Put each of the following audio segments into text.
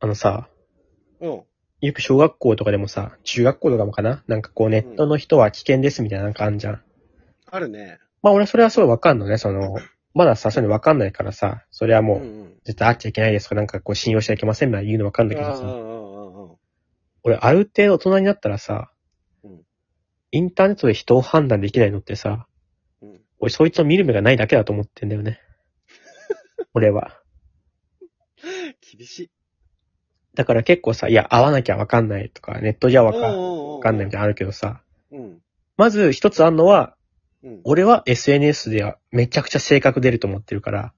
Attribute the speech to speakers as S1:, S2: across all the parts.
S1: あのさ、
S2: うん。
S1: よく小学校とかでもさ、中学校とかもかななんかこうネットの人は危険ですみたいななんかあんじゃん。
S2: あるね。
S1: まあ俺それはそうわかんのね、その、まださ、そういうのわかんないからさ、それはも
S2: う
S1: う、
S2: ん
S1: 絶対あっちゃいけないですとか、なんかこう信用しちゃいけませんみたいな言うのわかん
S2: う
S1: だ
S2: ん。
S1: けど
S2: あ
S1: さ、
S2: あ
S1: 俺ある程度大人になったらさ
S2: うん、
S1: インターネットで人を判断できないのってさ、
S2: うん。
S1: 俺そいつを見る目がないだけだと思ってんだよ ね。俺は。
S2: 厳しい。
S1: だから結構さ、いや、会わなきゃわかんないとか、ネットじゃわかんわ
S2: わ
S1: かんないみ
S2: み
S1: たいな
S2: たい
S1: のあるけどさ、
S2: な。うん。
S1: まず一つあんのは、
S2: うん。
S1: 俺は SNS ではめちゃくちゃ性格出ると思ってるから、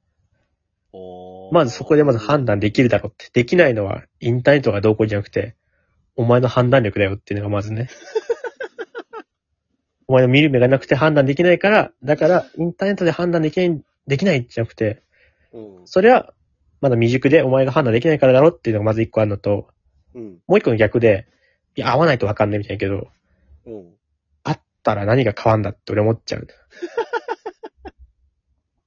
S2: おー
S1: まずそこでまず判。断できるだろうって。できないのはインターネットがどうこうじゃなくて、お前の判断力だよっていうのがまずね。お前の見る目がなくて判断できないから、だからインターネットで判断できない、できないじゃなくて、
S2: うん。
S1: それはまだ未熟でお前が判断できないからだろっていうのがまず一個あるのと、
S2: うん。
S1: もう一個の逆で、いや、会わないとわかんないみたいなけど、
S2: うん。
S1: あったら何が変わんだって俺思っちゃう。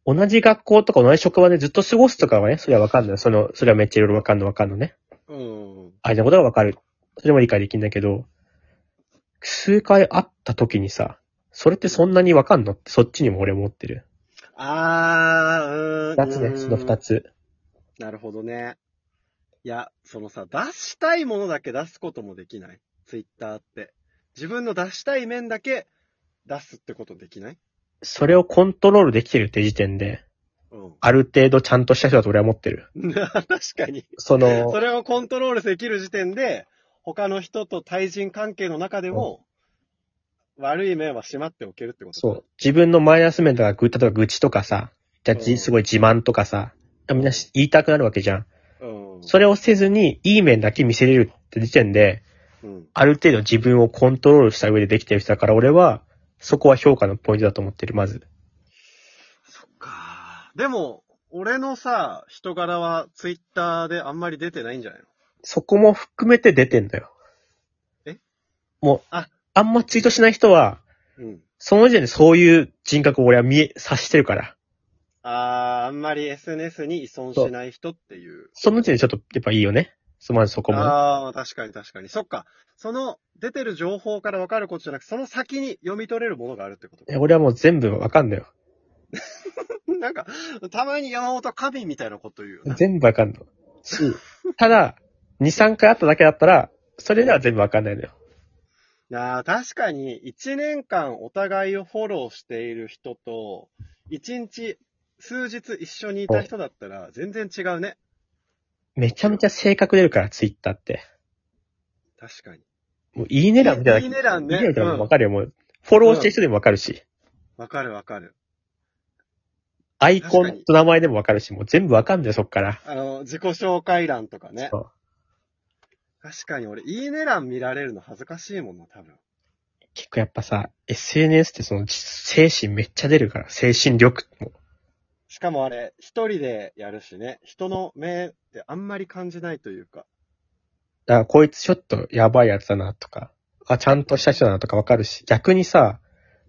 S1: 同じ学校とか同じ職場でずっと過ごすとかはね、それはわかんない。その、それはめっちゃいろいろわかんのわかんのね。
S2: うん。
S1: 相手のことがわかる。それも理解できんだけど、数回会った時にさ、それってそんなにわかんのってそっちにも俺思ってる。
S2: あー、うー
S1: 二
S2: ん。
S1: つね、その二つ。
S2: なるほどね。いや、そのさ、出したいものだけ出すこともできない。ツイッターって。自分の出したい面だけ出すってことできない
S1: それをコントロールできてるって時点で、
S2: うん。
S1: ある程度ちゃんとした人だと俺は思ってる。
S2: 確かに。
S1: その
S2: そ、れをコントロールできる時点で、他の人と対人関係の中でも、悪い面はしまっておけるってこと
S1: そ
S2: だ
S1: う。自分のマイナス面とか、ぐ、例えば愚痴とかさ、じゃあ
S2: う
S1: じ、
S2: ん
S1: すごい自慢とかさ、みんなし言いたくなるわけじゃん。
S2: うん。
S1: それをせずに、いい面だけ見せれるって時点で、
S2: うん。
S1: ある程度自分をコントロールした上でできてる人だから、俺は、そこは評価のポイントだと思ってる、まず。
S2: そっか。でも、俺のさ、人柄はツイッターであんまり出てないんじゃないの
S1: そこも含めて出てんだよ。
S2: え
S1: もう、あ
S2: あ、
S1: あんまツイートしない人は、
S2: うん。
S1: その時点でそういう人格を俺は見え、察してるから。
S2: あー、あんまり SNS に依存しない人っていう。
S1: その時点でちょっと、やっぱいいよね。そ、まずそこもね。
S2: あー、確かに確かに。そっか。その、出てる情報からわかることじゃなく、その先に読み取れるものがあるってこと
S1: いや俺はもう全部わかんだよ。
S2: なんか、たまに山本神みたいなこと言うよね。
S1: 全部わかんの。し、ただ、2、3回あっただけだったら、それでは全部わかんないのよ。
S2: なあ、確かに、一年間お互いをフォローしている人と、一日、数日一緒にいた人だったら、全然違うね。
S1: めちゃめちゃ性格出るから、ツイッターって。
S2: 確かに。
S1: もう、いいね欄みたいな。
S2: いいね欄ね
S1: いいね欄もわかるよ、もう。フォローしてる人でもわかるし、
S2: わかるわかる。
S1: アイコンと名前でもわかるし、もう全部わかんだよ、そっから。
S2: あの、自己紹介欄とかね
S1: そ。う
S2: 確かに俺、いいね欄見られるの恥ずかしいもんな、多分。
S1: 結構やっぱさ、SNS ってその、精神めっちゃ出るから、精神力も。
S2: しかもあれ、一人でやるしね、人の目ってあんまり感じないというか。
S1: だから、こいつちょっとやばいやつだな、とか。あ、ちゃんとした人だな、とかわかるし。逆にさ、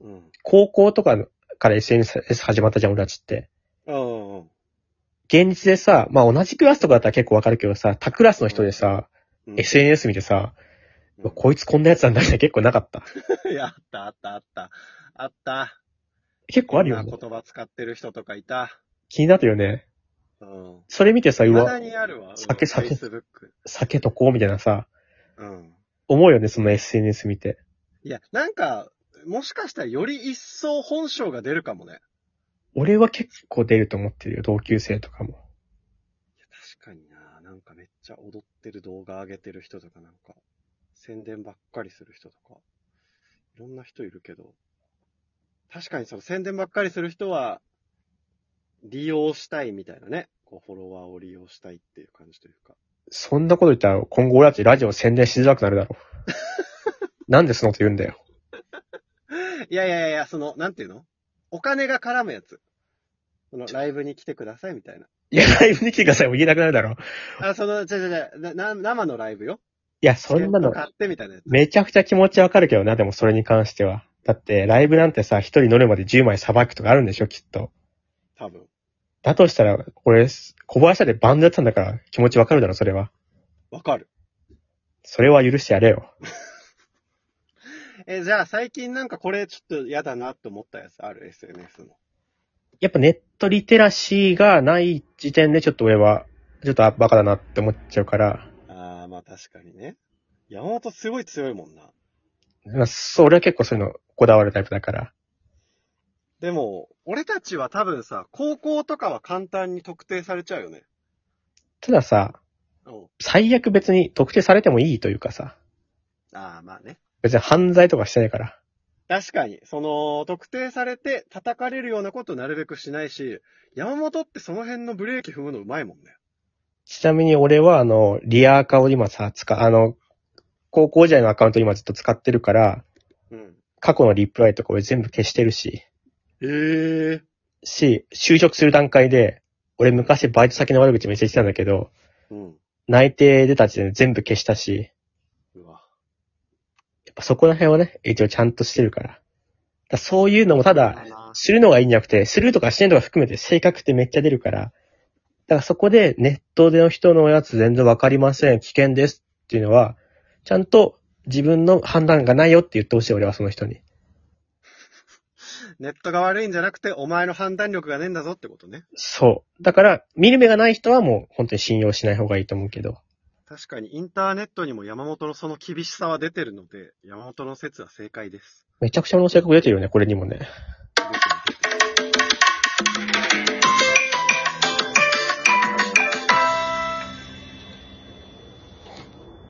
S2: うん。
S1: 高校とかのから SNS 始まったじゃん、俺たちって。
S2: うんうん
S1: 現実でさ、まあ同じクラスとかだったら結構わかるけどさ、他クラスの人でさ、
S2: うん。
S1: SNS 見てさ、
S2: うん
S1: うわこいつこんなやつなんだみたいな結構なかった。
S2: いや、あったあったあった。あった。
S1: 結構あるよ
S2: こん
S1: ね
S2: な。言葉使ってる人とかいた。
S1: 気になったよね。
S2: うん。
S1: それ見てさ、う
S2: 未だ
S1: わ、
S2: にあるわ。
S1: 酒酒
S2: Facebook。
S1: 避けとこうみたいなさ、
S2: うん。
S1: 思うよね、その SNS 見て。
S2: いや、なんか、もしかしたらより一層本性が出るかもね。
S1: 俺は結構出ると思ってるよ、同級生とかも。
S2: いや確かにななんかめっちゃ踊ってる動画上げてる人とかなんか、宣伝ばっかりする人とか、いろんな人いるけど、確かにその宣伝ばっかりする人は、利用したいみたいなね。こう、フォロワーを利用したいっていう感じというか。
S1: そんなこと言ったら、今後俺たちラジオ宣伝しづらくなるだろ う。なんでそのこと言うんだよ。
S2: いやいやいや、その、なんていうのお金が絡むやつ。その、ライブに来てくださいみたいな。
S1: いや、ライブに来てくださいも言えなくなるだろう。
S2: あ、その、じゃじゃじゃ、なな生のライブよ。
S1: いや、そんな
S2: チケット
S1: の、
S2: 買ってみたいなやつ。
S1: めちゃくちゃ気持ちわかるけどな、でもそれに関しては。だって、ライブなんてさ、一人乗るまで10枚さばくとかあるんでしょ、きっと。
S2: 多分。
S1: だとしたら、俺、小林だってバンドやってたんだから気持ちわかるだろ、それは。
S2: わかる。
S1: それは許してやれよ。
S2: え、じゃあ最近なんかこれちょっと嫌だなって思ったやつある ?SNS の。
S1: やっぱネットリテラシーがない時点でちょっと俺は、ちょっとあバカだなって思っちゃうから、
S2: あー、まあ確かにね。山本すごい強いもんな。
S1: まあ、そう、俺は結構そういうのこだわるタイプだから。
S2: でも、俺たちは多分さ、高校とかは簡単に特定されちゃうよね。
S1: たださ、
S2: うん。
S1: 最悪別に特定されてもいいというかさ、
S2: あー、まあね。
S1: 別に犯罪とかしてないから。
S2: 確かに、その、特定されて叩かれるようなことなるべくしないし、山本ってその辺のブレーキ踏むのうまいもんね。
S1: ちなみに俺はあの、リアーカを今さ、使、あの、高校時代のアカウント今ずっと使ってるから、
S2: うん。
S1: 過去のリプライとか俺全部消してるし、
S2: ええー。
S1: し、就職する段階で、俺昔バイト先の悪口めっちゃ言ってたんだけど、
S2: うん。
S1: 内定出た時点で全部消したし、
S2: うわ。
S1: やっぱそこら辺はね、一応ちゃんとしてるから。だからそういうのもただ、
S2: な
S1: するのがいいんじゃなくて、スルーとかしてんとか含めて性格ってめっちゃ出るから、だからそこでネットでの人のやつ全然わかりません、危険ですっていうのは、ちゃんと自分の判断がないよって言ってほしい、俺はその人に。
S2: ネットが悪いんじゃなくて、お前の判断力がねえんだぞってことね。
S1: そう。だから、見る目がない人はもう本当に信用しない方がいいと思うけど。
S2: 確かに、インターネットにも山本のその厳しさは出てるので、山本の説は正解です。
S1: めちゃくちゃ俺の性格出てるよね、これにもね。